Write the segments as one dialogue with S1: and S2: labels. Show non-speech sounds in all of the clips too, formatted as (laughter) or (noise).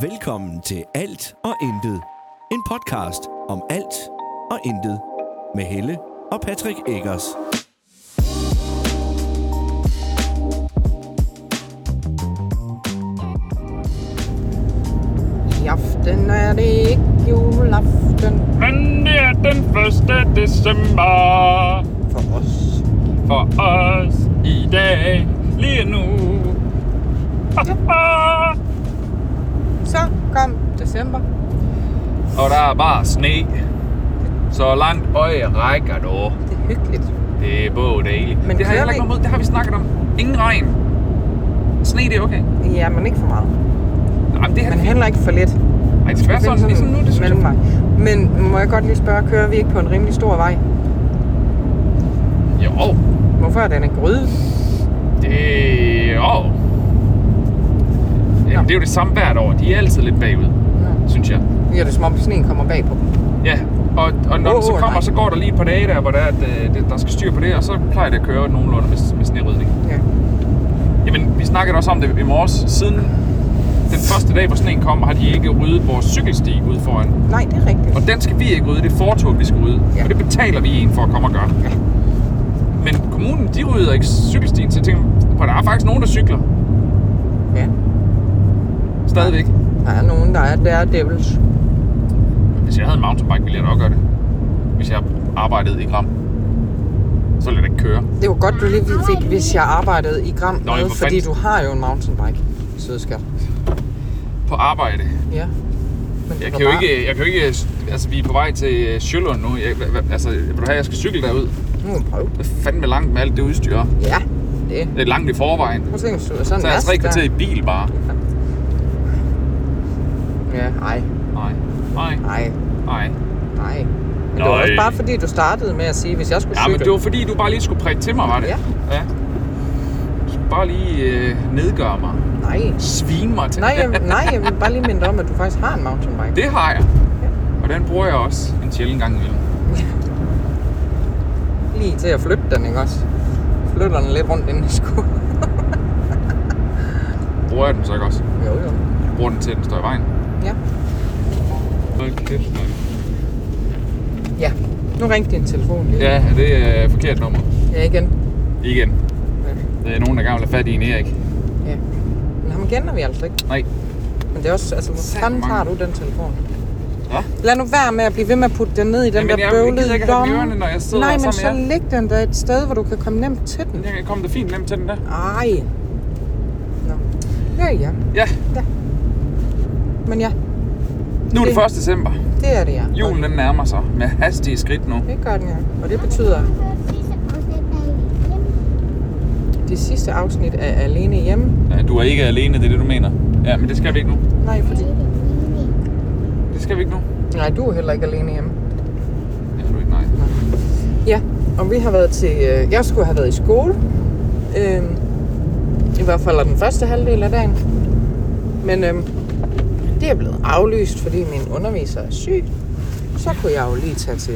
S1: Velkommen til Alt og Intet. En podcast om alt og intet. Med Helle og Patrick Eggers.
S2: I aften er det ikke juleaften
S3: Men det er den 1. december
S2: for os.
S3: for os i dag, lige nu.
S2: Så kom december.
S3: Og der er bare sne, så langt øje rækker nu.
S2: Det er hyggeligt.
S3: Det er både dejligt.
S2: Men
S3: det har jeg
S2: kører
S3: heller
S2: vi-
S3: ikke noget mod. det har vi snakket om. Ingen regn. Sne, det er okay.
S2: Ja, men ikke for meget.
S3: Nej, men det er
S2: Men heller ikke for lidt.
S3: Ej, det skal være sådan, ligesom nu, det synes jeg.
S2: mellemvej. Men må jeg godt lige spørge, kører vi ikke på en rimelig stor vej?
S3: Jo,
S2: Hvorfor er den en gryde?
S3: det... Jo. Jamen, det er jo det samme hvert år. De er altid lidt bagud, synes jeg.
S2: Ja, det er som om sneen kommer bag på.
S3: Ja, og, og når
S2: Åh,
S3: den så
S2: åh,
S3: kommer,
S2: nej.
S3: så går der lige et par dage der, hvor der, er, at, øh, det, der skal styr på det, og så plejer det at køre nogenlunde med, med snerydning.
S2: Ja.
S3: Jamen, vi snakkede også om det i morges. Siden den første dag, hvor sneen kom, har de ikke ryddet vores cykelsti ude foran.
S2: Nej, det er rigtigt.
S3: Og den skal vi ikke rydde, det er fortoget, vi skal rydde.
S2: Ja.
S3: Ja. Og det betaler vi en for at komme og gøre.
S2: Ja.
S3: Men kommunen, de rydder ikke cykelstien, så jeg tænker, "Prøv, der er faktisk nogen, der cykler
S2: Ja.
S3: stadigvæk.
S2: Der er nogen, der er der devils.
S3: Hvis jeg havde en mountainbike, ville jeg nok gøre det. Hvis jeg arbejdede i Gram, så ville jeg da ikke køre.
S2: Det var godt, du lige fik, hvis jeg arbejdede i Gram
S3: Nå, ja,
S2: med,
S3: for
S2: fordi du
S3: fanden.
S2: har jo en mountainbike, sødskat.
S3: På arbejde,
S2: Ja. Men det
S3: Jeg
S2: var
S3: kan, jo
S2: bare-
S3: ikke, jeg kan jo ikke, altså vi er på vej til øh, Sjølund nu, jeg, hva- hva- altså vil du have, jeg skal cykle derud?
S2: Nu må vi prøve.
S3: Det er fandme langt med alt det udstyr,
S2: Ja, det.
S3: det er langt i forvejen.
S2: Prøv at tænke, hvis du er sådan
S3: Så er jeg
S2: mast
S3: tre
S2: der.
S3: kvarter i bil bare.
S2: Ja, nej,
S3: Nej, nej,
S2: nej,
S3: nej.
S2: nej. Men det var
S3: Nej.
S2: også bare fordi, du startede med at sige, hvis jeg skulle
S3: Ja, men
S2: cykle.
S3: det var fordi, du bare lige skulle prikke til mig, var det?
S2: Ja.
S3: ja. Du skulle bare lige øh, nedgøre mig,
S2: Nej,
S3: svine mig til.
S2: nej, jeg, nej, jeg vil bare lige minde dig om, at du faktisk har en mountainbike.
S3: Det har jeg. Og den bruger jeg også en sjældent gang imellem.
S2: Lige til at flytte den, ikke også? Flytter den lidt rundt inden i skoen.
S3: Bruger jeg den så ikke også?
S2: Jo, jo.
S3: Jeg bruger den til, at den står i vejen.
S2: Ja.
S3: Hold kæft, mand.
S2: Ja. Nu ringte din telefon lige.
S3: Ja, det er øh, forkert nummer.
S2: Ja, igen.
S3: Igen.
S2: Ja.
S3: Det er nogen, der gerne vil have fat i en Erik.
S2: ja. Men ham kender vi altså ikke.
S3: Nej.
S2: Men det er også, altså, hvor
S3: Satan,
S2: fanden
S3: mange.
S2: tager du den telefon?
S3: Hva?
S2: Lad nu være med at blive ved med at putte den ned i den
S3: Jamen,
S2: der
S3: jeg- jeg
S2: bøvlede
S3: gider ikke have den i
S2: lomme.
S3: ørerne, når jeg sidder
S2: Nej,
S3: her
S2: men så
S3: sammen med
S2: læg den der et sted, hvor du kan komme nemt til den.
S3: Jeg kan komme det fint nemt til den der.
S2: Ej. Nå. Ja, ja.
S3: Ja,
S2: Men ja,
S3: nu er det
S2: Det-
S3: 1. december.
S2: det er det, ja.
S3: Julen den nærmer sig med hastige skridt nu.
S2: Det gør den, ja. Og det betyder, det sidste afsnit af Alene Hjemme.
S3: Ja, du er ikke alene, det er det, du mener. Ja, men det skal vi ikke nu.
S2: Nej, fordi...
S4: Mm.
S3: Det skal vi ikke nu.
S2: Nej, du er heller ikke alene hjemme.
S3: Ja, du er ikke nej.
S2: Ja, og vi har været til... Øh, jeg skulle have været i skole. Øh, I hvert fald den første halvdel af dagen. Men øh, det er blevet aflyst, fordi min underviser er syg. Så kunne jeg jo lige tage til...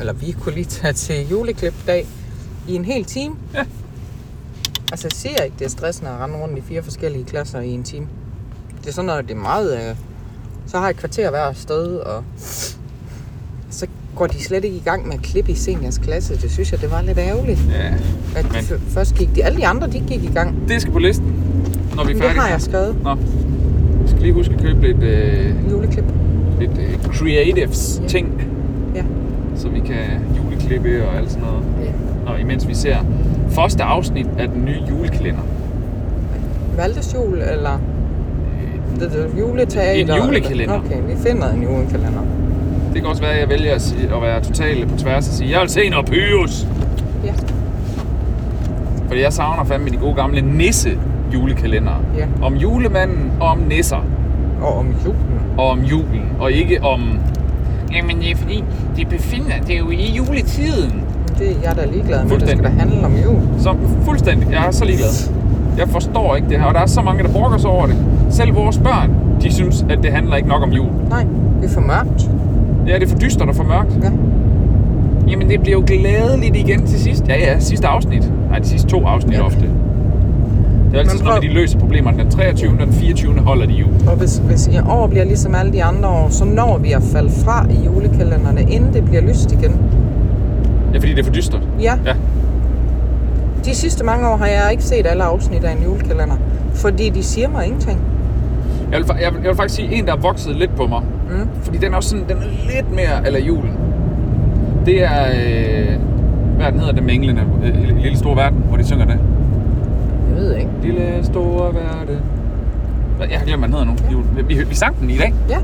S2: Eller vi kunne lige tage til juleklipdag i en hel time.
S3: Ja.
S2: Altså, jeg siger ikke, det er stressende at rende rundt i fire forskellige klasser i en time. Det er sådan noget, det er meget... Øh, så har jeg et kvarter hver sted, og så går de slet ikke i gang med at klippe i seniors klasse. Det synes jeg, det var lidt ærgerligt.
S3: Ja,
S2: At
S3: Men-
S2: Men... først gik de, alle de andre, de gik i gang.
S3: det skal på listen, når vi
S2: Men
S3: er
S2: det
S3: færdige.
S2: har jeg skrevet.
S3: Nå. Jeg skal lige huske at købe lidt, øh,
S2: Juleklip.
S3: lidt øh, creatives
S2: Ja.
S3: ting.
S2: Ja.
S3: Så vi kan juleklippe og alt sådan noget.
S2: Ja.
S3: Nå, imens vi ser første afsnit af den nye julekalender.
S2: Valtesjul, eller
S3: Øh,
S2: det, det, juleteater.
S3: En julekalender.
S2: eller- Okay, vi finder en julekalender.
S3: Det kan også være, at jeg vælger at, sige, at være totalt på tværs og sige, jeg vil se noget pyrus.
S2: Ja,
S3: Fordi jeg savner fandme de gode gamle nisse julekalender.
S2: Ja.
S3: Om julemanden, og om nisser,
S2: og om julen.
S3: og om julen, og ikke om... Jamen, det er fordi, det befinder det er jo i juletiden.
S2: Det er jeg da ligeglad med. Det skal
S3: Fuldstændig.
S2: da handle om jul.
S3: Så fuldstændig, jeg er så ligeglad. Jeg forstår ikke det her, og der er så mange, der brokker sig over det. Selv vores børn, de synes, at det handler ikke nok om jul.
S2: Nej, det er for mørkt.
S3: Ja, det er for dystert og for mørkt.
S2: Ja.
S3: Jamen, det bliver jo glædeligt igen til sidst. Ja, ja, sidste afsnit. Nej, de sidste to afsnit
S2: Ja.
S3: ja. ofte. Det er altid
S2: Men
S3: sådan noget med,
S2: prøv-
S3: de løser problemerne. Den 23. og den 24. holder de jo.
S2: Og hvis, hvis i år bliver ligesom alle de andre år, så når vi at falde fra i julekalenderne, inden det bliver lyst igen.
S3: Ja, fordi det er for dystert.
S2: Ja,
S3: Ja.
S2: de sidste mange år har jeg ikke set alle afsnit af en julekalender, fordi de siger mig ingenting.
S3: Jeg vil, fa- jeg, vil, jeg vil faktisk sige, en, der er vokset lidt på mig.
S2: Mm.
S3: Fordi den er også sådan, den er lidt mere eller julen. Det er, øh, hvad den hedder, den med englene, øh, Lille Store Verden, hvor de synger det.
S2: Jeg ved ikke.
S3: Lille Store Verden. Hvad- Jeg har glemt, hvad den hedder nu. Jul. Vi, vi sang den i dag.
S2: Ja,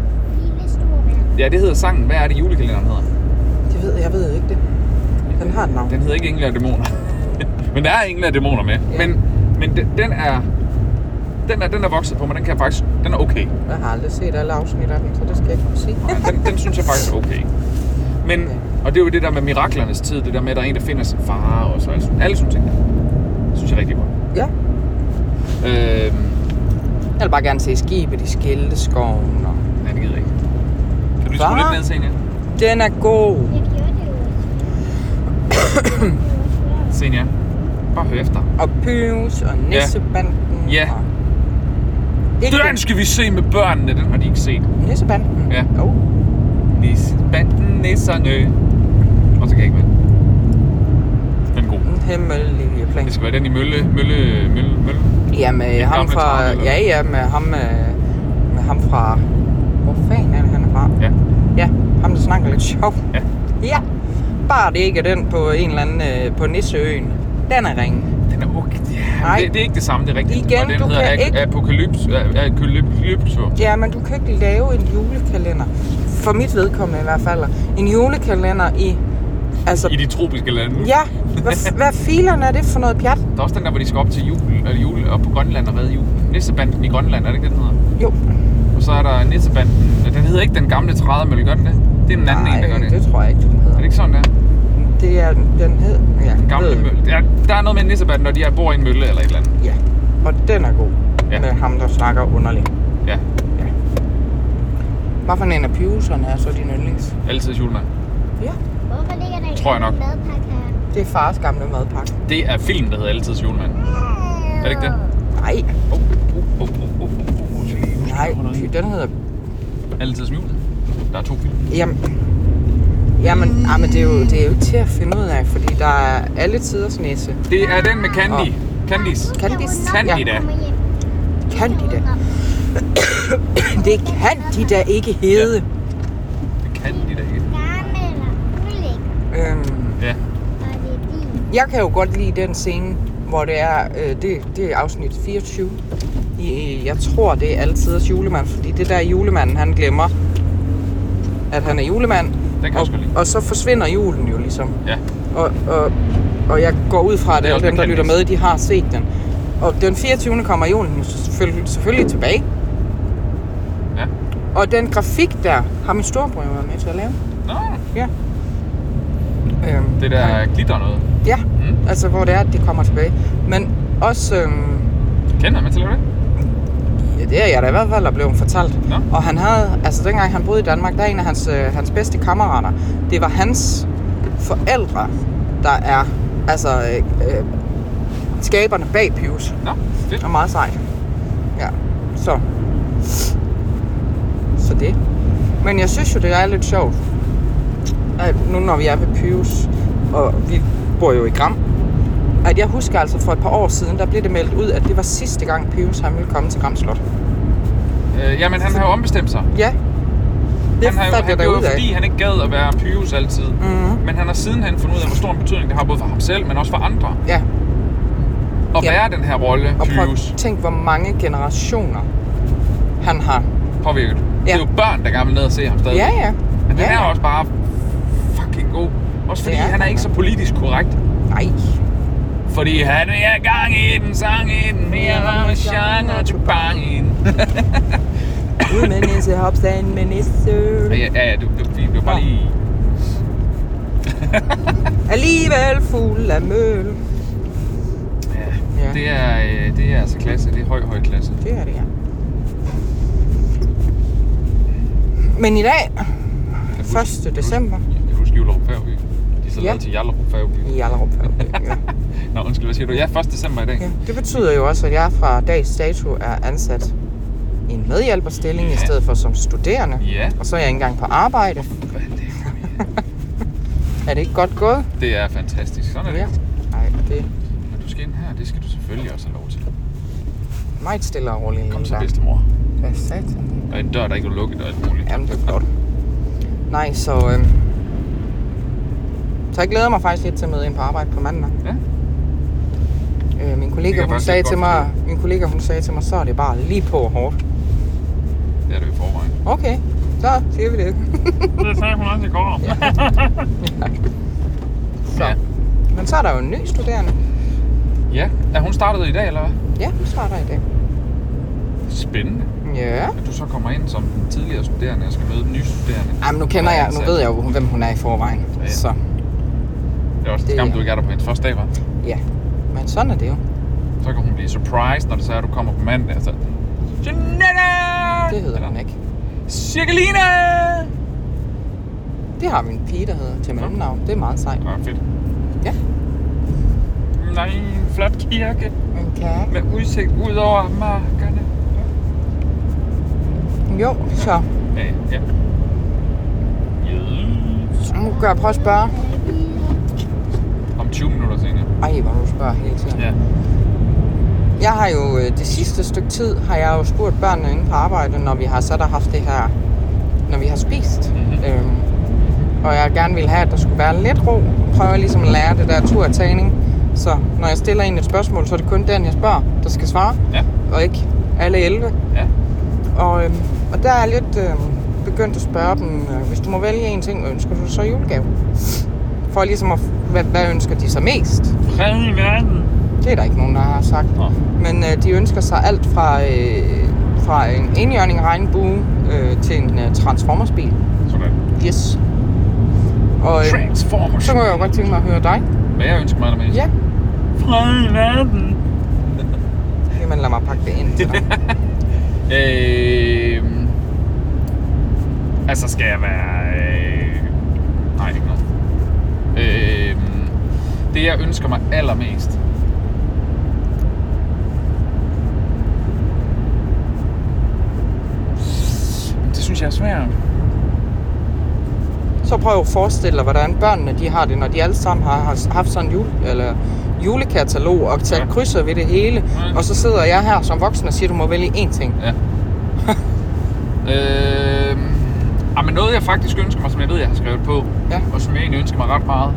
S4: Lille store verden.
S3: Ja, det hedder sangen. Hvad er det, julekalenderen hedder?
S2: det ved jeg ved ikke det. Den har et navn.
S3: Den hedder ikke Engle og Dæmoner. (laughs) men der er Engle og Dæmoner med.
S2: Ja.
S3: Men, men den, den er... Den er, den er vokset på mig, den kan jeg faktisk... Den er okay.
S2: Jeg har aldrig set alle afsnit af den, så det skal jeg ikke kunne sige.
S3: Nej, den, den synes jeg faktisk er okay. Men, og det er jo det der med miraklernes tid, det der med, at der er en, der finder sin far og så alle, sådan- alle sådan ting. Det synes jeg er rigtig godt.
S2: Ja.
S3: Øhm,
S2: Jeg vil bare gerne se skibet i skilteskoven. Og...
S3: nej, det gider jeg ikke. Kan du lige
S2: Far?
S3: skrue lidt ned, Senja?
S2: Den er god.
S4: Jeg gjorde det jo også før. Det var også før.
S3: Senja, bare hør efter.
S2: Og Pyrus og Nissebanden.
S3: Ja.
S2: Og... Ikke
S3: Den skal vi se med børnene, den har de ikke set.
S2: Nissebanden.
S3: Ja.
S2: Jo.
S3: Nisse, banden, nisserne. Og så kan jeg ikke med. Den er god.
S2: Den hemmelige plan.
S3: Det skal være den i Mølle, Mølle, Mølle, Mølle.
S2: Ja, med
S3: Den
S2: ham
S3: gamle
S2: fra...
S3: trappe, eller
S2: Ja, ja, med ham, øh, med ham fra... Hvor fanden er det, han er fra?
S3: Ja.
S2: Ja, ham der snakker lidt sjovt.
S3: Ja.
S2: Ja. Bare det ikke er den på en eller anden... Øh, på Nisseøen. Den er ringe.
S3: Den er okay. Ja,
S2: Nej.
S3: det, det, er ikke det samme, det er rigtigt.
S2: Igen,
S3: og den
S2: du
S3: hedder
S2: kan
S3: Ak-
S2: ikke-
S3: Apokalypse. A- Apokalypse.
S2: Ja, men du kan ikke lave en julekalender. For mit vedkommende i hvert fald. En julekalender i... Altså,
S3: I de tropiske lande.
S2: ja, hvad, hvad filerne er det for noget pjat?
S3: Der er også den der, hvor de skal op til jul, eller jul op på Grønland og redde julen. Nissebanden i Grønland, er det ikke det, den hedder?
S2: Jo,
S3: Og så er der Nissebanden. Den hedder ikke den gamle trædemølle, gør den det? Det er den anden en, der gør det.
S2: det tror jeg ikke, den
S3: Er
S2: hedder.
S3: det ikke sådan, der?
S2: Det er, den hed... Ja,
S3: Den gamle
S2: ved-
S3: mølle. Der, der er noget med Nissebanden, når de er, bor i en mølle eller et eller andet.
S2: Ja, og den er god.
S3: Ja.
S2: Ja. Med ham, der snakker underligt.
S3: Ja,
S2: Hvad for en af pivuserne er så din yndlings?
S3: altid julemand.
S2: Ja.
S4: Hvorfor ligger der
S3: Tror jeg
S4: ikke
S3: nok.
S4: en madpakke her?
S2: Det er fars gamle madpakke.
S3: Det er film, der hedder Altid julemand. Er det ikke det?
S2: Nej,
S3: Oh, oh, oh, oh, oh, oh, oh.
S2: nej, fy, den hedder...
S3: Altid jul. Der er to film.
S2: Jamen, jamen, jamen det, er jo, det er jo ikke til at finde ud af, fordi der er alle tiders næse.
S3: Det er den med Candy. Candice.
S2: Candice?
S3: Candy da.
S4: Kommer hjem.
S2: Kan de da? (clears throat) Det kan de da ikke hedde.
S3: Candy da ikke.
S4: Gammel og ulækker.
S2: Øhm,
S3: Ja.
S4: Og det er din.
S2: Jeg kan jo godt lide den scene, hvor det er, øh, det, det er afsnit 24. I, jeg tror, det er altid julemand, fordi det der julemanden, han glemmer, at han er julemand.
S3: Den kan jeg
S2: og,
S3: også godt lide.
S2: og så forsvinder julen jo ligesom.
S3: Ja.
S2: Og, og, og jeg går ud fra, at
S3: Det er også
S2: alle dem, der
S3: bekendt.
S2: lytter med, de har set den. Og den 24. kommer julen jo selvfølgelig, selvfølgelig tilbage.
S3: Ja.
S2: Og den grafik der, har min storebror jo været med til at lave.
S3: Nå,
S2: Ja. Øhm,
S3: det der glitter noget.
S2: Ja,
S3: Mm.
S2: mm. altså hvor det er, at det kommer tilbage. Men også, øhm,
S3: Kender man til at lave det?
S2: ja, det er jeg da i hvert fald, der blev fortalt.
S3: Nå.
S2: Og han havde, altså dengang han boede i Danmark, der er en af hans, øh, hans bedste kammerater. Det var hans forældre, der er altså øh, øh, skaberne bag Pius.
S3: Nå, fedt.
S2: Og meget sejt. Ja, så. Så det. Men jeg synes jo, det er lidt sjovt, at nu når vi er ved Pius, og vi bor jo i Gram, at jeg husker altså for et par år siden, der blev det meldt ud, at det var sidste gang Pius han ville komme til Gram Slot.
S3: Øh, jamen, han har jo ombestemt sig.
S2: Ja. Det
S3: han har jo,
S2: fandt
S3: han
S2: jeg
S3: gjorde
S2: derud
S3: det,
S2: af.
S3: fordi han ikke gad at være pyrus altid.
S2: Mhm.
S3: Men han har sidenhen fundet ud af, hvor stor en betydning det har både for ham selv, men også for andre.
S2: Ja,
S3: At
S2: Ja.
S3: være den her rolle,
S2: og prøv
S3: pyrus,
S2: at tænk, hvor mange generationer han har.
S3: påvirket. Det er jo børn, der gerne vil ned og se ham stadig.
S2: Ja, ja.
S3: Men han
S2: ja,
S3: er
S2: ja.
S3: også bare fucking god. Også fordi
S2: Det er
S3: han er
S2: han,
S3: ikke så
S2: ja.
S3: politisk korrekt.
S2: Nej.
S3: Fordi han er gang i den, sang i den, mere ramme genre til bang i den.
S2: Ud med nisse, hopstand med nisse.
S3: Ja, ja, ja, det, det, det, det var bare
S2: Nå.
S3: lige...
S2: Alligevel fuld af møl.
S3: Ja.
S2: Ja.
S3: Det, er, øh, det er altså klasse. Det er høj, høj klasse.
S2: Det er det, ja. Men i dag,
S3: Kan du
S2: 1.
S3: huske-
S2: december.
S3: Kan du huske juleopgave? De så
S2: Ja.
S3: lavet til Jallerup Færgeby.
S2: i Jallerup. Ja.
S3: Nå, undskyld, hvad siger du? (laughs) Ja, 1. december i dag.
S2: Ja. Det betyder jo også, at jeg fra dags dato er ansat i en medhjælperstilling ja. i
S3: Ja.
S2: stedet for som studerende.
S3: Ja.
S2: Og så er jeg ikke engang på arbejde.
S3: Hvad er det?
S2: Er det ikke godt gået?
S3: Det er fantastisk. Sådan er det.
S2: Ja. Nej, det er
S3: Når du skal ind her, det skal du selvfølgelig også have lov til.
S2: meget stille og roligt.
S3: Kom
S2: lige
S3: så,
S2: der.
S3: bedstemor.
S2: Hvad satan?
S3: Der er en dør, der ikke er lukket og alt muligt.
S2: Jamen, det er flot. Nej, så... Øh... Så jeg glæder mig faktisk lidt til at møde ind på arbejde på mandag.
S3: Ja.
S2: Øh, min
S3: Det kan
S2: kollega,
S3: jeg
S2: hun
S3: faktisk
S2: sagde
S3: godt
S2: til mig, min kollega, hun sagde til mig, så er det bare lige på og hårdt.
S3: Det er det jo i forvejen.
S2: Okay, så siger vi det. (laughs)
S3: Det sagde hun også i går. (laughs) Ja.
S2: Så.
S3: Ja.
S2: Men så er der jo en ny studerende.
S3: ja. Er hun startet i dag, eller hvad?
S2: Ja, hun starter i dag.
S3: Spændende.
S2: Ja.
S3: At du så kommer ind som den tidligere studerende og skal møde den nye studerende.
S2: Jamen, nu kender jeg, nu ved jeg jo, hvem hun er i forvejen.
S3: Ja.
S2: Så
S3: Det er også
S2: det-
S3: skam, du ikke er der på hendes første dag, var.
S2: ja, men sådan er det jo.
S3: Så kan hun blive surprised, når det så er, at du kommer på mandag. Så... Jeanette!
S2: Det hedder
S3: Eller,
S2: hun ikke.
S3: Cirkelina!
S2: Det har vi en pige, der hedder til mellemnavn. Det er meget sejt.
S3: Nå, fedt.
S2: Ja.
S3: Nej, en flot kirke
S2: Men kan
S3: med udsigt ud over markerne.
S2: Jo, så
S3: Ja, ja, ja. Yes.
S2: nu kan jeg prøve at spørge.
S3: Om 20 minutter senere.
S2: Ej, hvor du spørger hele tiden.
S3: Ja.
S2: Jeg har jo øh, det sidste stykke tid, har jeg jo spurgt børnene inde på arbejde, når vi har sat og haft det her, når vi har spist.
S3: Mhm.
S2: Øhm, og jeg gerne ville have, at der skulle være lidt ro. Prøver ligesom at lære det der tur og tagning. Så når jeg stiller en et spørgsmål, så er det kun den, jeg spørger, der skal svare.
S3: Ja.
S2: Og ikke alle 11.
S3: Ja.
S2: Og, øhm, og der er jeg lidt øhm, begyndt at spørge dem, øh, hvis du må vælge en ting, ønsker du så i julegave? For ligesom at, f- hvad, hvad ønsker de så mest?
S3: Fred i verden.
S2: Det er der ikke nogen, der har sagt.
S3: Nå.
S2: Men øh, de ønsker sig alt fra, øh, fra en enhjørning regnbue øh, til en øh, transformersbil.
S3: Sådan.
S2: Yes. Og øh,
S3: Transformers.
S2: så kunne jeg jo godt tænke mig at høre dig.
S3: Hvad jeg ønsker mig allermest?
S2: Ja.
S3: Fred i verden.
S2: Jamen lad mig pakke det ind til dig.
S3: Øh, altså skal jeg være... Øh, nej, ikke noget. Øh, det jeg ønsker mig allermest. Det synes jeg er svært.
S2: Så prøv at forestille dig, hvordan børnene de har det, når de alle sammen har, har haft sådan en jule, eller julekatalog og taget
S3: Ja.
S2: krydser ved det hele.
S3: Ja.
S2: Og så sidder jeg her som voksen og siger, du må vælge én ting.
S3: (laughs) Ja. øh, ah, men noget jeg faktisk ønsker mig, som jeg ved, jeg har skrevet på,
S2: Ja.
S3: og som jeg egentlig ønsker mig ret meget,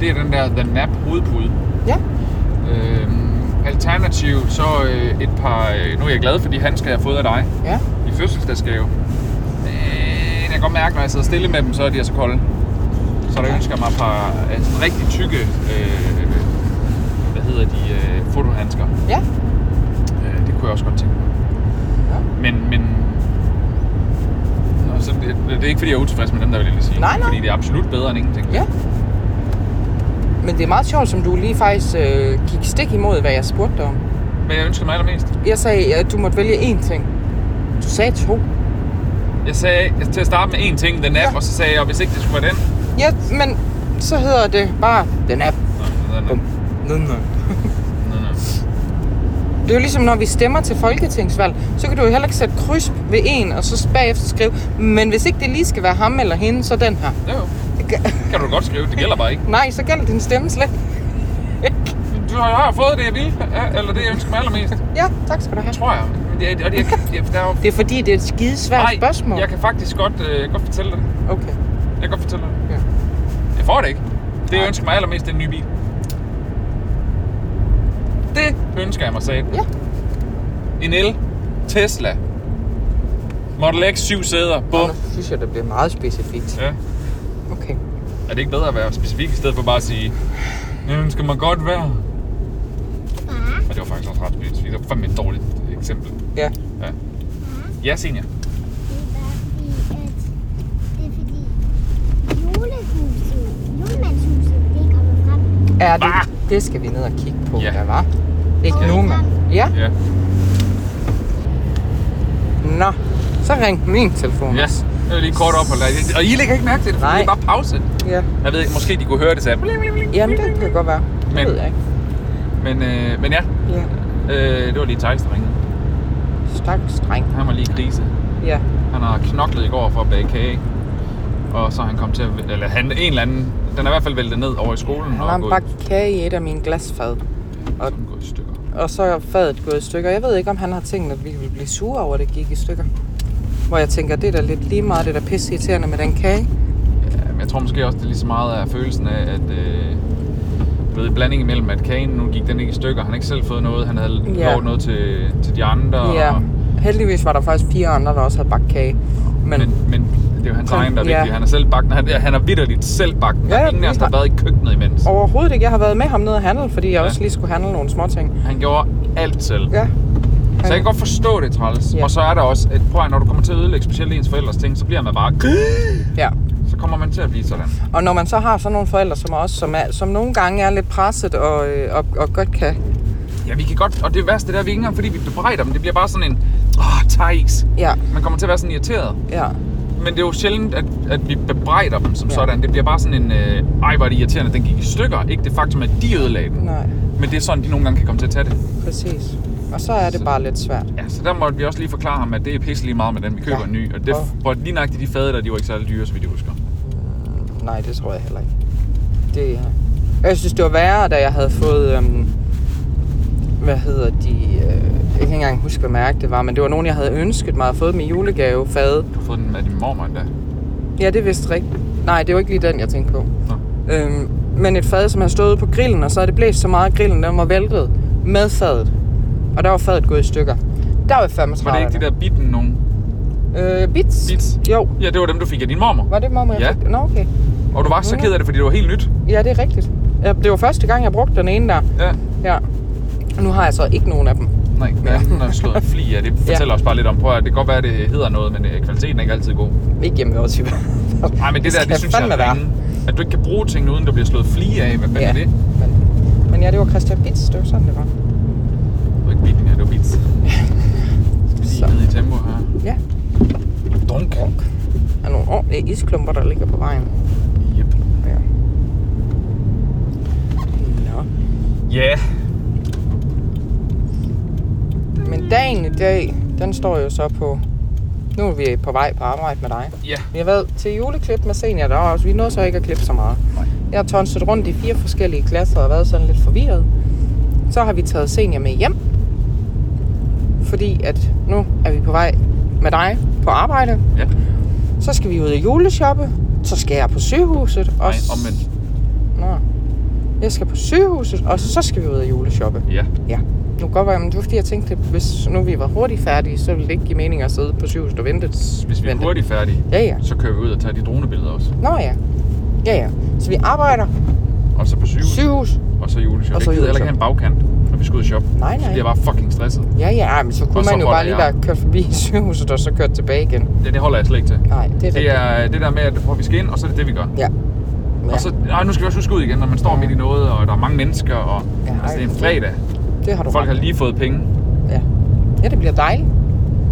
S3: det er den der The Nap hovedpude.
S2: Ja,
S3: Øh, alternativt så øh, et par... Øh, nu er jeg glad for de handsker, jeg har fået af dig
S2: ja.
S3: i fødselsdagsgave. Øh, jeg kan godt mærke, når jeg sidder stille med dem, så er de altså kolde. Så der ønsker jeg mig et par altså, rigtig tykke... Øh, hvad hedder de? Øh, fotohandsker.
S2: Ja,
S3: Øh, det kunne jeg også godt tænke mig.
S2: Ja.
S3: Men, men... Nå, så det, det er ikke, fordi jeg er utilfreds med dem, der vil jeg lige sige.
S2: Nej, nej.
S3: Fordi det er absolut bedre end ingenting.
S2: ja. Men det er meget sjovt, som du lige faktisk øh, gik stik imod, hvad jeg spurgte dig om.
S3: Men jeg ønsker mig allermest.
S2: Jeg sagde, at du måtte vælge én ting. Du sagde to.
S3: Jeg sagde til at starte med én ting, den app,
S2: Ja.
S3: ja. og så sagde jeg, hvis ikke det skulle være den,
S2: Ja, men så hedder det bare den app.
S3: Nå, nå, nå,
S2: Bum.
S3: nå, nå.
S2: Det er jo ligesom, når vi stemmer til folketingsvalg, så kan du jo heller ikke sætte kryds ved en, og så bagefter skrive, men hvis ikke det lige skal være ham eller hende, så den her.
S3: Jo, jo.
S2: Det kan-
S3: Det kan du godt skrive, det gælder bare ikke.
S2: Nej, så gælder din stemme slet. ikke.
S3: Du har, jeg har fået det, jeg ville, ja, eller det, jeg ønsker mig allermest,
S2: ja, tak skal du have.
S3: tror jeg. Men det, er- og det, (laughs) jeg, kan- jeg, der er jo,
S2: Det er fordi, det er et skidesvært
S3: nej,
S2: spørgsmål.
S3: jeg kan faktisk godt, øh, jeg kan godt fortælle dig det.
S2: Okay.
S3: Jeg kan godt fortælle dig det.
S2: Ja.
S3: Jeg får det ikke. Det, jeg
S2: Nej.
S3: ønsker mig allermest, det er en ny bil. Det ønsker jeg mig, sagde
S2: Ja.
S3: En el Tesla. Model X 7 sæder.
S2: Nå,
S3: Bum.
S2: nu synes jeg, det bliver meget specifikt.
S3: Ja.
S2: Okay.
S3: Er det ikke bedre at være specifik, i stedet for bare at sige, jeg ønsker mig godt vejr? Ja. Og det var faktisk også ret specifikt. Det var fandme et dårligt eksempel.
S2: Ja.
S3: Ja. Ja, senior.
S4: Det er bare fordi, at det er fordi julehuset, julemandshuset, det er kommet frem.
S2: Er det,
S3: Ah.
S2: det skal vi ned og kigge på,
S3: Ja.
S2: ja. der var. Ikke
S4: Ja.
S2: nu, mand. Ja.
S3: Ja.
S2: Nå, så ringte min telefon
S3: Ja.
S2: også.
S3: Det var lige kort ophold. der. Og I lægger ikke mærke til det, for
S2: Nej.
S3: det er bare pause.
S2: Ja.
S3: Jeg ved ikke, måske de kunne høre det sådan. bling, bling, bling,
S2: Jamen,
S3: bling,
S2: det
S3: bling.
S2: kan godt være. Det
S3: Men-
S2: ved jeg ikke.
S3: Men, øh, men ja,
S2: Ja.
S3: øh, det var lige Thijs, der ringede.
S2: Stak streng.
S3: Han var lige i krise.
S2: Ja.
S3: Han har knoklet i går for at bage kage. Og så er han kommet til at... væl- Eller han, en eller anden... Den er i hvert fald væltet ned over i skolen.
S2: Han
S3: og
S2: har en
S3: gået-
S2: bakke kage i et af mine glasfad.
S3: så er den gået i stykker.
S2: Og så er fadet gået i stykker. Jeg ved ikke, om han har tænkt, at vi ville blive sure over, at det gik i stykker. Hvor jeg tænker, det er da lidt lige meget, det er da pisse irriterende med den kage.
S3: Ja, men Øhm, jeg tror måske også, det er lige så meget af følelsen af, at... Øh, du ved, blanding imellem, at kagen nu gik den ikke i stykker. Han har ikke selv fået noget. Han havde
S2: Ja.
S3: ja. lovet noget til, til de andre.
S2: Ja.
S3: Og,
S2: Heldigvis var der faktisk fire andre, der også havde bagt kage. Men,
S3: men, men, det er jo hans
S2: Kom,
S3: egen, der er
S2: ja.
S3: vigtig. Han har selv bagt den. Han, han har vidderligt selv bagt den.
S2: Ja,
S3: Ja, der er ingen af os, der har
S2: lige-
S3: været i køkkenet imens.
S2: Overhovedet ikke. Jeg har været med ham ned og handle, fordi jeg ja.
S3: Ja.
S2: også lige skulle handle nogle små ting.
S3: Han gjorde alt selv.
S2: Ja.
S3: Så jeg kan godt forstå det, Træls.
S2: Ja.
S3: Og så er der også, at prøv at, når du kommer til at ødelægge specielt ens forældres ting, så bliver man bare... (gasps)
S2: ja.
S3: Så kommer man til at blive sådan.
S2: Og når man så har sådan nogle forældre som os, som, er, som nogle gange er lidt presset og, øh, og, og godt kan...
S3: Ja, vi kan godt... Og det værste, det er, at vi ikke engang, fordi vi bebrejder dem. Det bliver bare sådan en... Åh, oh, Thijs.
S2: Ja,
S3: Man kommer til at være sådan irriteret.
S2: ja,
S3: Men det er jo sjældent, at, at vi bebrejder dem som
S2: Ja.
S3: ja. sådan. Det bliver bare sådan en... Øh, Ej, hvor er det irriterende, at den gik i stykker. Ikke det faktum, at de ødelagde den.
S2: nej,
S3: Men det er sådan, de nogle gange kan komme til at tage det.
S2: præcis. Og så er det
S3: Så-
S2: bare lidt svært.
S3: Ja, så der måtte vi også lige forklare ham, at det er pisse lige meget med den, vi køber
S2: Ja.
S3: ja. en ny. Og det,
S2: Og-
S3: for lige nøjagtigt de fade der, de var ikke særlig dyre, så vidt jeg husker.
S2: Nej, det tror jeg heller ikke. Det, øh, jeg synes, det var værre, da jeg havde fået... Øhm, hvad hedder de... Øh, jeg kan ikke engang huske, hvad mærke det var, men det var nogen, jeg havde ønsket mig at få med julegave, fad.
S3: Du har fået den af din mormor endda.
S2: Ja, det vidste rigtigt. Nej, det var ikke lige den, jeg tænkte på.
S3: Nå.
S2: Øhm, men et fad, som havde stået på grillen, og så havde det blæst så meget, at grillen den var væltet med fadet. Og der var fadet gået i stykker. Der var fandme
S3: Var det ikke de der bitten nogen?
S2: der... Øh, bits?
S3: Bits?
S2: Jo.
S3: Ja, det var dem, du fik af din mormor.
S2: Var det mamma, jeg
S3: Ja.
S2: fik? Nå, okay.
S3: Og du var så ked af det, fordi det var helt nyt.
S2: Ja, det er rigtigt. Ja, det var første gang, jeg brugte den ene der.
S3: Ja.
S2: Ja. Og nu har jeg så ikke nogen af dem.
S3: Nej, den anden har slået en fli af. Det fortæller os bare lidt om. Prøv at det kan godt være, at det hedder noget, men øh, kvaliteten er ikke altid god.
S2: Ikke hjemme ved os i hvert fald.
S3: Nej, men det, der,
S2: skal
S3: det synes jeg
S2: fandme
S3: er
S2: være.
S3: ringe. At du ikke kan bruge tingene, uden der bliver slået fli af. Hvad fanden
S2: Ja.
S3: er det?
S2: Men, men ja, det var Christian Bits, det var sådan, det var.
S3: Det var ikke bitten her, det var bits.
S2: Så.
S3: Lige ned i tempo her.
S2: Ja.
S3: Dunk.
S2: Der er nogle ordentlige isklumper, der ligger på vejen.
S3: Yep.
S2: Ja. Nå.
S3: Ja.
S2: Men dagen i dag, den står jo så på... Nu er vi på vej på arbejde med dig.
S3: Ja.
S2: Vi har været til juleklip med senior der også. Vi nåede så ikke at klippe så meget.
S3: Nej.
S2: Jeg har tonset rundt i fire forskellige klasser og været sådan lidt forvirret. Så har vi taget senior med hjem. Fordi at nu er vi på vej med dig på arbejde.
S3: Ja.
S2: Så skal vi ud og juleshoppe. Så skal jeg på sygehuset. Og
S3: Nej,
S2: s-
S3: omvendt.
S2: Nå. Jeg skal på sygehuset, og så skal vi ud og juleshoppe.
S3: Ja.
S2: Nu kan godt være, men det var fordi, jeg tænkte, at hvis nu vi var hurtigt færdige, så ville det ikke give mening at sidde på sygehuset og vente.
S3: Hvis vi er
S2: vente.
S3: hurtigt færdige,
S2: Ja, ja.
S3: så kører vi ud og tager de dronebilleder også.
S2: Nå ja. Ja, ja. Så vi arbejder.
S3: Og så på sygehus,
S2: Sygehus.
S3: og så juleshop.
S2: Og
S3: Jeg
S2: så
S3: gider heller ikke
S2: juleshop.
S3: have en bagkant, når vi skal ud og shoppe.
S2: Nej,
S3: Så
S2: nej.
S3: bliver jeg bare fucking stresset.
S2: Ja, ja, men så kunne
S3: Og så
S2: man jo
S3: holder
S2: bare lige
S3: jeg.
S2: være kørt forbi (laughs) sygehuset og så kørt tilbage igen.
S3: Det, det holder jeg slet ikke til.
S2: Nej, det er
S3: Det
S2: rigtigt.
S3: er det der med, at prøv, vi skal ind, og så er det det, vi gør.
S2: Ja.
S3: Og så, nej, nu skal vi også huske ud igen, når man står midt i noget, og der er mange mennesker, og
S2: Ja,
S3: altså, det er en
S2: ej.
S3: fredag.
S2: det har du
S3: Folk har
S2: ret.
S3: lige fået penge.
S2: Ja. ja, det bliver dejligt.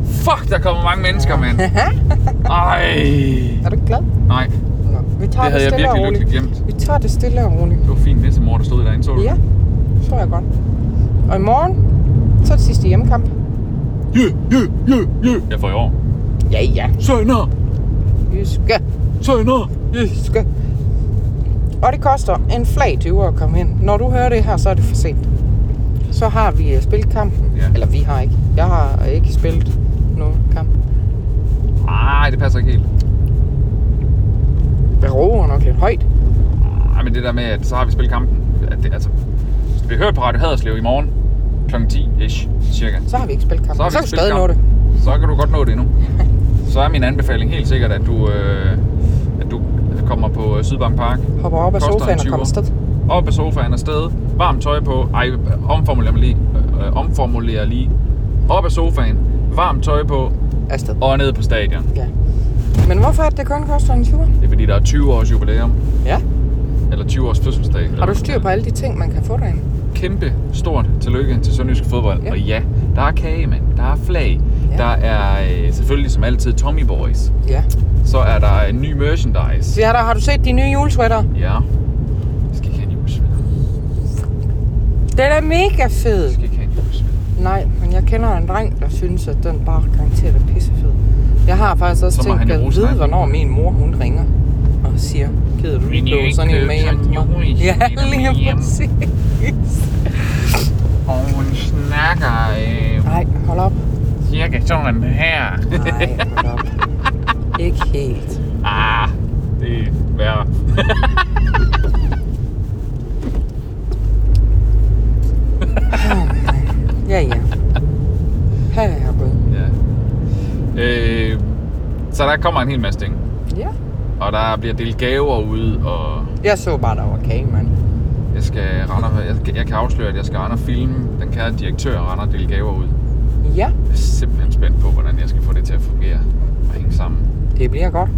S3: Fuck, der kommer mange mennesker, mand. Ej.
S2: (laughs) Er du ikke glad?
S3: Nej,
S2: Nå. Vi tager
S3: det
S2: det,
S3: havde jeg
S2: stille og
S3: virkelig lykkeligt
S2: roligt.
S3: glemt.
S2: Vi tager det stille og roligt.
S3: Det var fint nissemor, der stod derinde, så du?
S2: Ja, så er jeg godt. Og i morgen, så er det sidste hjemmekamp.
S3: Ja, ja, ja, ja. Jeg får i år.
S2: Ja, ja.
S3: Sønder,
S2: Jyske.
S3: sønder.
S2: Jyske. Og det koster en flag 20 at komme ind. Når du hører det her, så er det for sent. Så har vi øh, spillet kampen.
S3: Ja.
S2: Eller vi har ikke. Jeg har øh, ikke spillet nogen kamp.
S3: Nej, det passer ikke helt.
S2: Jeg roer nok lidt højt.
S3: Nej, men det der med, at så har vi spillet kampen. At det, altså, hvis vi hører på Radio Haderslev i morgen kl. 10-ish, cirka.
S2: Så har vi ikke spillet kampen.
S3: Så har vi
S2: så kan du
S3: ikke
S2: stadig nå
S3: spillet
S2: det.
S3: Så kan du godt nå det endnu. (laughs) Så er min anbefaling helt sikkert, at du, øh, at du kommer på øh, Sydbank Park.
S2: Hopper op af
S3: Koster en
S2: sofaen og kommer
S3: 20'er.
S2: afsted.
S3: Op af sofaen afsted. Varmt tøj på. Ej, omformulerer mig lige. Øh, omformulerer lige. Op af sofaen. Varmt tøj på.
S2: Afsted.
S3: Og ned på stadion.
S2: Ja. Men hvorfor er det, det kun koster en 20?
S3: Det er fordi, der er 20 års jubilæum.
S2: Ja.
S3: Eller 20 års fødselsdag. eller
S2: Har du
S3: noget.
S2: styr på alle de ting, man kan få derinde?
S3: kæmpe stort tillykke til Sønderjysk Fodbold.
S2: Ja.
S3: Ja. Og ja, der er kage, mand. Der er flag.
S2: Ja.
S3: Ja. Der er øh, selvfølgelig som altid Tommy Boys.
S2: Ja.
S3: Så er der en ny merchandise.
S2: Så ja, der har du set de nye julesweater?
S3: Ja. Jeg skal ikke have en julesvind.
S2: Den er mega fed.
S3: Jeg skal ikke have en julesvind.
S2: Nej, men jeg kender en dreng, der synes, at den bare garanteret er pissefed. Jeg har faktisk også
S3: Så må han
S2: tænkt
S3: jo
S2: at
S3: bruge
S2: vide,
S3: sin
S2: hvornår min mor hun ringer og siger, gider du
S3: Vil I
S2: ikke låne
S3: ikke
S2: sådan en
S3: købe
S2: med
S3: sådan en
S2: hjem?
S3: julesweater
S2: Ja,
S3: med
S2: lige
S3: hjem?
S2: præcis.
S3: Og hun snakker øh,
S2: Nej, hold
S3: (laughs)
S2: op.
S3: cirka sådan her.
S2: Nej, hold op. Ikke helt.
S3: (laughs) ah, det er værre.
S2: Ja, ja. Herregud.
S3: ja. Øh, så der kommer en hel masse ting.
S2: Ja.
S3: Og der bliver delt gaver ud, og
S2: Jeg så bare, der var kage, mand.
S3: jeg, skal rende, jeg, kan- jeg kan afsløre, at jeg skal rende og filme den kære direktør rende og dele gaver ud.
S2: Ja,
S3: Jeg er simpelthen spændt på, hvordan jeg skal få det til at fungere og hænge sammen.
S2: det bliver godt.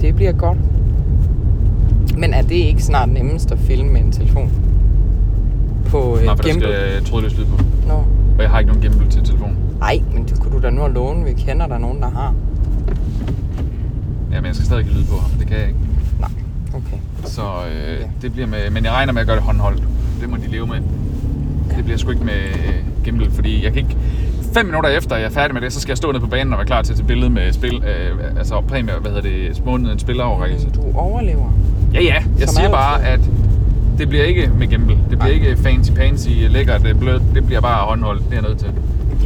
S2: Det bliver godt. Men er det ikke snart nemmest at filme med en telefon? På øh,
S3: Nej, for der
S2: gimbal?
S3: skal trådløs lyd på.
S2: Nå.
S3: Og jeg har ikke nogen gimbal til telefonen.
S2: Ej, men det kunne du da nu at låne. Vi kender der nogen, der har.
S3: Ja, men jeg skal stadig have lyd på ham. Det kan jeg ikke.
S2: Nej, okay.
S3: Så øh,
S2: Ja.
S3: det bliver med... Men jeg regner med at gøre det håndholdt. Det må de leve med. Det bliver sgu ikke med øh, gimbal, fordi jeg kan ikke... Fem minutter efter jeg er færdig med det, så skal jeg stå nede på banen og være klar til at tage billede med spil, øh, altså præmie, hvad hedder det, månedens spilleroverrækkelse.
S2: Men du overlever.
S3: Ja, ja.
S2: Som
S3: Jeg siger
S2: altid.
S3: bare, at det bliver ikke med gimbal. Det bliver
S2: Nej.
S3: ikke fancy-pansy, lækkert, øh, blødt. Det bliver bare håndholdt. Det er jeg nødt til.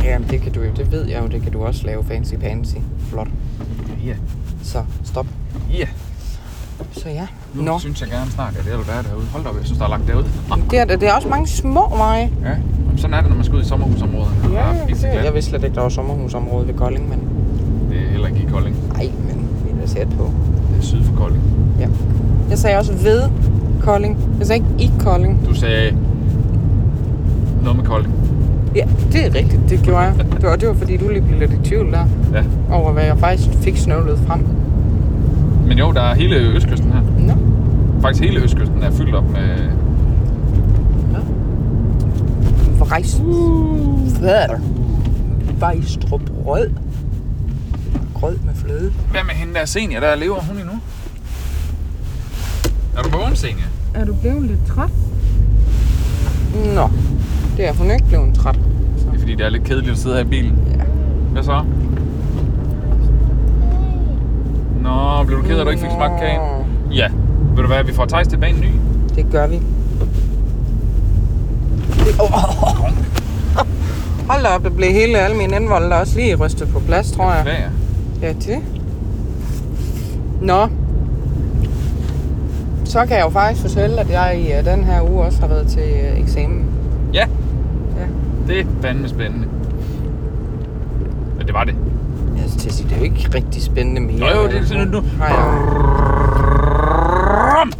S2: Jamen, det kan du jo. Det ved jeg jo. Det kan du også lave fancy pansy. Flot.
S3: Ja,
S2: Så stop.
S3: ja.
S2: Så ja.
S3: Nu
S2: Nå.
S3: synes jeg gerne snart, at det er der er derude. Hold da op, jeg synes, der er langt derude.
S2: Jamen, Det er, der- det er også mange små veje.
S3: Ja, Jamen, sådan er det, når man skal ud i sommerhusområderne. Der er pisse
S2: det.
S3: glat.
S2: Jeg vidste slet ikke, der var sommerhusområde ved Kolding, men...
S3: Det er heller ikke i Kolding.
S2: Ej, men vi er da tæt på.
S3: Det er syd for Kolding.
S2: Ja. Jeg sagde også ved Kolding. Jeg sagde ikke i Kolding.
S3: Du sagde noget med Kolding.
S2: Ja, det er rigtigt. Det gjorde jeg. Det var, det var fordi, du lige blev lidt i tvivl der
S3: Ja.
S2: over, hvad jeg faktisk fik snøvlet frem.
S3: Men jo, der er hele Østkysten her.
S2: Nå.
S3: Faktisk hele Østkysten er fyldt op med...
S2: Vejs... Hvad? Vejstrup Rød. Grød med fløde.
S3: Hvad med hende der senior? Der lever hun endnu. Er du vågen, senior?
S2: Er du blevet lidt træt? Nå, det er hun ikke blevet træt.
S3: Det er fordi, det er lidt kedeligt at sidde her i bilen.
S2: Ja.
S3: Hvad så? Nå, blev du ked af, at du ikke fik smagt kagen?
S2: Mm.
S3: Ja. Ved du hvad, vi får Thijs til banen ny.
S2: Det gør vi. Det- Åh, åh, åh. Hold da op, det blev hele alle mine indvolde også lige rystet på plads, tror jeg.
S3: Beklager.
S2: Ja, det. Nå. Så kan jeg jo faktisk fortælle, at jeg i øh, den her uge også har været til øh, eksamen.
S3: Ja.
S2: Ja.
S3: Det er fandme spændende. Ja, det var det.
S2: Jeg skal Altså, til at sige, det er jo ikke rigtig spændende mere.
S3: Nå jo, det er
S2: vel?
S3: sådan, nu-
S2: Har jeg...
S3: Brum!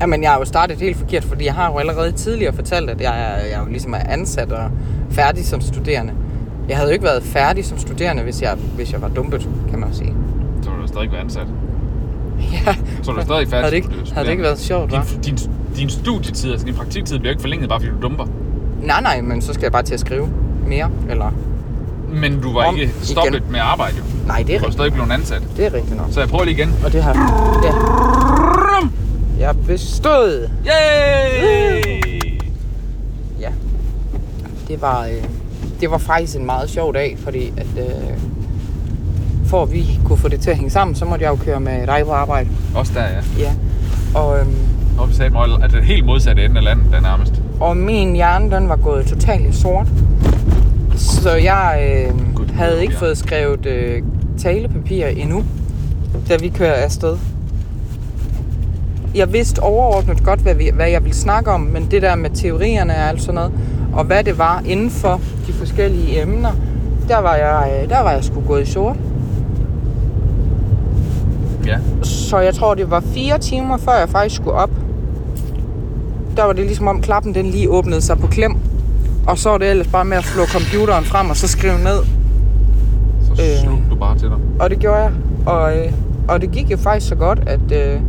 S2: Jamen, jeg har jo startet helt forkert, fordi jeg har jo allerede tidligere fortalt, at jeg, er- jeg jo ligesom er ansat og færdig som studerende. Jeg havde jo ikke været færdig som studerende, hvis jeg, hvis jeg var dumpet, kan man jo sige. (laughs)
S3: Så vil du stadig være ansat.
S2: Ja,
S3: Så er du stadig færdig.
S2: havde det ikke, havde det ikke været sjovt, hva'?
S3: Din, din, din studietid, altså din praktiktid, bliver ikke forlænget, bare fordi du dumper.
S2: Nej, nej, men så skal jeg bare til at skrive mere, eller...
S3: Men du var
S2: Om
S3: Om ikke
S2: igen.
S3: stoppet igen. med arbejde, jo.
S2: Nej, det er
S3: Du var
S2: rigtigt.
S3: stadig blevet ansat.
S2: Det er rigtigt nok.
S3: Så jeg prøver lige igen.
S2: Og det har... Ja. Jeg bestod.
S3: Yay!
S2: Ja. Det var, øh, det var faktisk en meget sjov dag, fordi at, øh, for at vi kunne få det til at hænge sammen, så måtte jeg jo køre med dig på arbejde.
S3: Også der, ja.
S2: Ja. Og, øhm,
S3: Og vi sagde, at det er helt modsatte ende af landet, der nærmest.
S2: og min hjerne, den var gået totalt i sort. Så jeg
S3: Gud,
S2: øh, havde ikke
S3: ja.
S2: fået skrevet øh, talepapir endnu, da vi kører afsted. Jeg vidste overordnet godt, hvad, vi, hvad jeg ville snakke om, men det der med teorierne og alt sådan noget, og hvad det var inden for de forskellige emner, der var jeg, øh, der var jeg sgu gået i sort.
S3: Ja.
S2: Så jeg tror, det var fire timer, før jeg faktisk skulle op. Der var det ligesom om klappen den lige åbnede sig på klem. Og så var det ellers bare med at flå computeren frem og så skrive ned.
S3: Så
S2: Øh.
S3: øh. slugte du bare til dig.
S2: Og det gjorde jeg. Og, øh, og det gik jo faktisk så godt, at øh,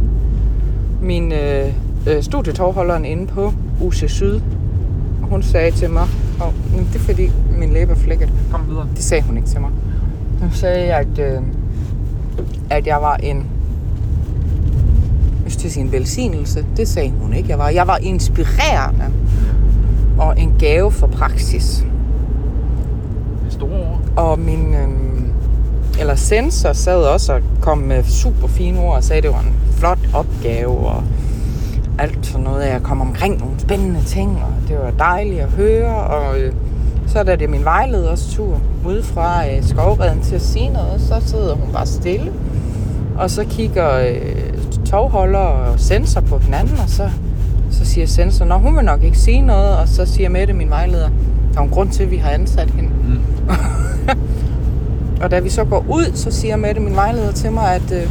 S2: min øh, øh, studietovholderen inde på UC Syd, hun sagde til mig, Hov, men det er fordi, min læbe er flækket.
S3: Kom videre.
S2: Det sagde hun ikke til mig. Hun sagde, at, øh, at jeg var en... Jeg skulle sige en velsignelse. Det sagde hun ikke. Jeg var, jeg var inspirerende. Og en gave for praksis.
S3: Det er store ord.
S2: Og min... Øh, eller sensor sad også og kom med super fine ord og sagde, at det var en flot opgave. Og alt sådan noget. Jeg kom omkring nogle spændende ting, og det var dejligt at høre. Og øh, så er det min vejleders tur ude fra øh, skovreden til at sige noget. Så sidder hun bare stille, og så kigger øh, tovholder og sensor på hinanden, og så, så siger sensor, at hun vil nok ikke sige noget, og så siger Mette, min vejleder, der er en grund til, at vi har ansat hende.
S3: Mm.
S2: Og da vi så går ud, så siger Mette, min vejleder, til mig, at, øh,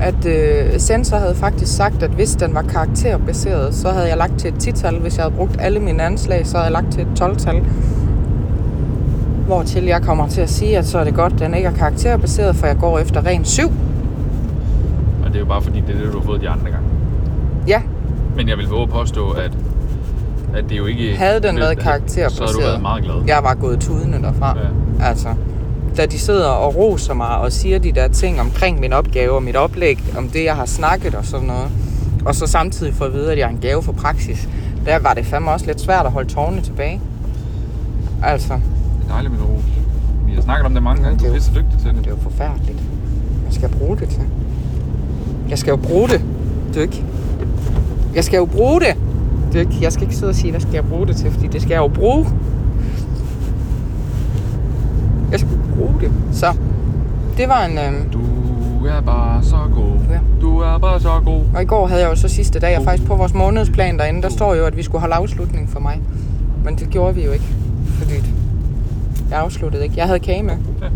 S2: at øh, sensor havde faktisk sagt, at hvis den var karakterbaseret, så havde jeg lagt til et 10-tal. Hvis jeg havde brugt alle mine anslag, så havde jeg lagt til et 12-tal. Hvortil jeg kommer til at sige, at så er det godt, den ikke er karakterbaseret, for jeg går efter ren 7.
S3: Og det er jo bare fordi, det er det, du har fået de andre gange.
S2: Ja,
S3: Men jeg vil våge at påstå, at, at det jo ikke...
S2: Havde den været karakterbaseret?
S3: Så havde du været meget glad.
S2: jeg var gået tudende derfra. Ja. Altså, da de sidder og roser mig og siger de der ting omkring min opgave og mit oplæg, om det, jeg har snakket og sådan noget, og så samtidig får at vide, at jeg er en gave for praksis, der var det fandme også lidt svært at holde tårne tilbage. Altså,
S3: Det er dejligt med noget ros. Vi har snakket om det mange gange.
S2: Det
S3: Du er
S2: er jo-
S3: pisse dygtig til
S2: det
S3: det.
S2: er jo forfærdeligt. Hvad skal jeg bruge det til? Jeg skal jo bruge det, dyk. Jeg skal jo bruge det, dyk. Jeg skal ikke sidde og sige, hvad skal jeg bruge det til, fordi det skal jeg jo bruge. Jeg skal bruge det. Så, det var en... Øh...
S3: Du er bare så god.
S2: Ja.
S3: Du er bare så god.
S2: Og i går havde jeg jo så sidste dag, og faktisk på vores månedsplan derinde, der står jo, at vi skulle holde afslutning for mig. Men det gjorde vi jo ikke, fordi jeg afsluttede ikke. Jeg havde kage med. (laughs)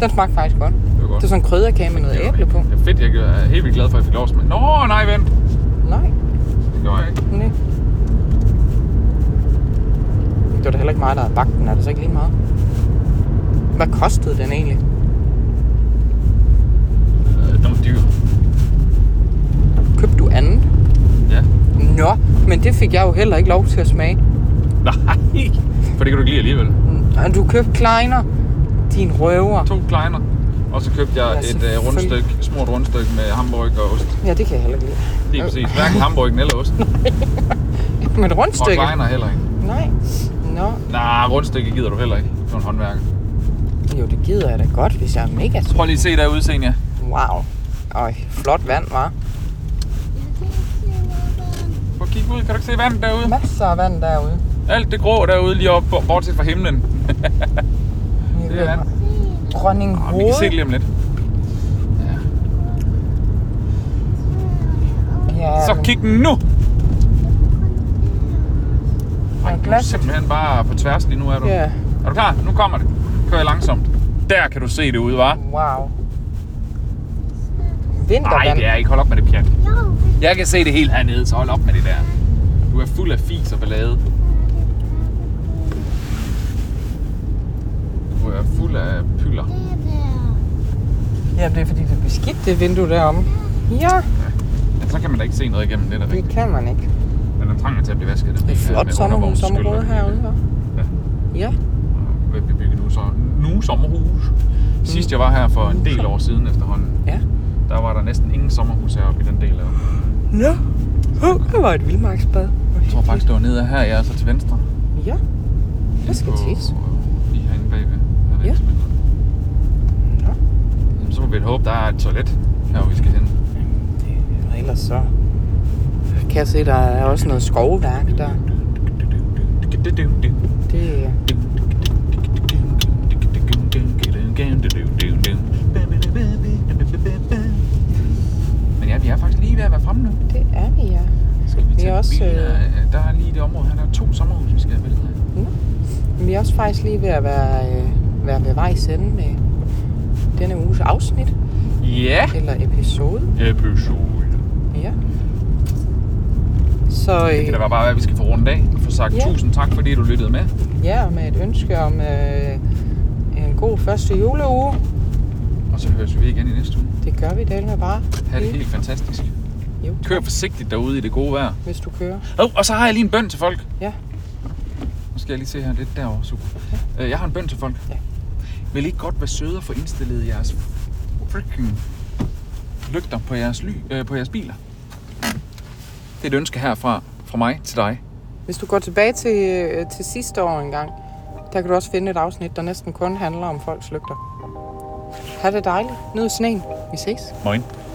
S2: Den smagte faktisk godt.
S3: Det var
S2: Det
S3: godt.
S2: var sådan en krydderkage med noget æble på.
S3: Det er fedt, jeg er helt vildt glad for, at jeg fik lov at smage. Nå, nej, vent.
S2: Nej,
S3: Det gjorde jeg ikke.
S2: nej. Det var da heller ikke mig, der havde bagt den. Er det så ikke lige meget? Hvad kostede den egentlig?
S3: Øh, den var dyr.
S2: Købte du andet?
S3: Ja. (laughs)
S2: Nå, men det fik jeg jo heller ikke lov til at smage.
S3: Nej, for det kan du ikke lide alligevel.
S2: Og du købte kleiner, din røver.
S3: To kleiner. Og så købte jeg
S2: Ja,
S3: et
S2: selvfølgelig.
S3: uh, rundstykke, smurt rundstykke med hamburg og ost.
S2: Ja, det kan jeg heller ikke lide. (laughs)
S3: Det er præcis. Hverken hamburgen eller ost.
S2: Men
S3: Og
S2: rundstykke?
S3: kleiner heller ikke.
S2: Nej. Nå,
S3: Nej, rundstykke gider du heller ikke. Du er en håndværker.
S2: jo det gider jeg da godt, hvis jeg er mega stor.
S3: Prøv lige at se der udseende, ja.
S2: Wow. Øj, flot vand, var.
S4: Jeg kan ikke se noget.
S3: Prøv at kigge ud. Kan du ikke se vandet derude?
S2: Masser af vand derude.
S3: Alt det grå derude lige op, bort- bortset fra himlen. Det er vand.
S2: Dronning
S3: Og vi kan se det lige om lidt.
S2: Ja,
S3: Så
S2: men
S3: kig nu!
S2: der
S3: Ej,
S2: er
S3: du er
S2: glas.
S3: simpelthen bare på tværs lige nu, er du?
S2: Ja.
S3: Er du klar? Nu kommer det. Kører jeg langsomt. Der kan du se det ude, var?
S2: Wow.
S3: Nej,
S2: Vintervand.
S3: det er ikke. Hold op med det pjat.
S4: Jo,
S3: Jeg kan se det helt hernede, så hold op med det der. Du er fuld af fis og ballade. Du er fuld af pyller.
S4: det er der.
S2: Ja, det er fordi, det er beskidt, det vindue deromme. Ja,
S3: Men så kan man da ikke se noget igennem det der
S2: det
S3: rigtigt.
S2: kan man ikke.
S3: Men den trænger til at blive vasket.
S2: Det er et flot sommerhusområde herude. hva'? Ja.
S3: Ved at bebygge nu, så nu sommerhus. Sidst jeg var her for en del år siden efterhånden,
S2: Ja.
S3: der var der næsten ingen sommerhus heroppe i den del af det.
S2: Nå. Uh, der var et vildmarksbad.
S3: Jeg tror faktisk, det var nede af her, jeg er så til venstre.
S2: Ja. Jeg skal
S3: På-
S2: tisse.
S3: Lige herinde bagved. Her
S2: Ja.
S3: ja.
S2: Nå.
S3: Jamen, så må vi håbe, der er et toilet her, hvor vi skal hen.
S2: Og ellers så kan jeg se, der er også noget skovværk der. Det er...
S3: Men ja, vi er faktisk lige ved at være fremme nu.
S2: Det er vi, ja.
S3: Skal vi
S2: Vi er
S3: tage
S2: også, øh,
S3: billeder? af- Der er lige det område her, der er to sommerhus, vi skal have billeder af.
S2: Vi er også faktisk lige ved at være, øh, være ved vejs ende med denne uges afsnit,
S3: Ja!
S2: eller episode.
S3: Episode.
S2: Ja. Så
S3: Det kan da
S2: øh,
S3: være bare, at vi skal få rundt af. Få sagt
S2: Ja.
S3: tusind tak, fordi du lyttede med.
S2: ja, med et ønske om øh, en god første juleuge.
S3: Og så høres vi igen i næste uge.
S2: Det gør vi del med bare.
S3: Ha' det
S2: Jo.
S3: helt fantastisk.
S2: Jo,
S3: Kør forsigtigt derude i det gode vejr.
S2: hvis du kører.
S3: Oh, og så har jeg lige en bøn til folk.
S2: Ja.
S3: Nu skal jeg lige se her. Det er derovre. Super. Øh, Jeg har en bøn til folk.
S2: Ja.
S3: Vil I ikke godt være søde og få indstillet jeres freaking lygter på jeres, ly, øh, på jeres biler? Det er et ønske herfra fra mig til dig.
S2: Hvis du går tilbage til, øh, til sidste år engang, der kan du også finde et afsnit, der næsten kun handler om folks lygter. Ha' det dejligt. Nyd sneen. Vi ses.
S3: Moin.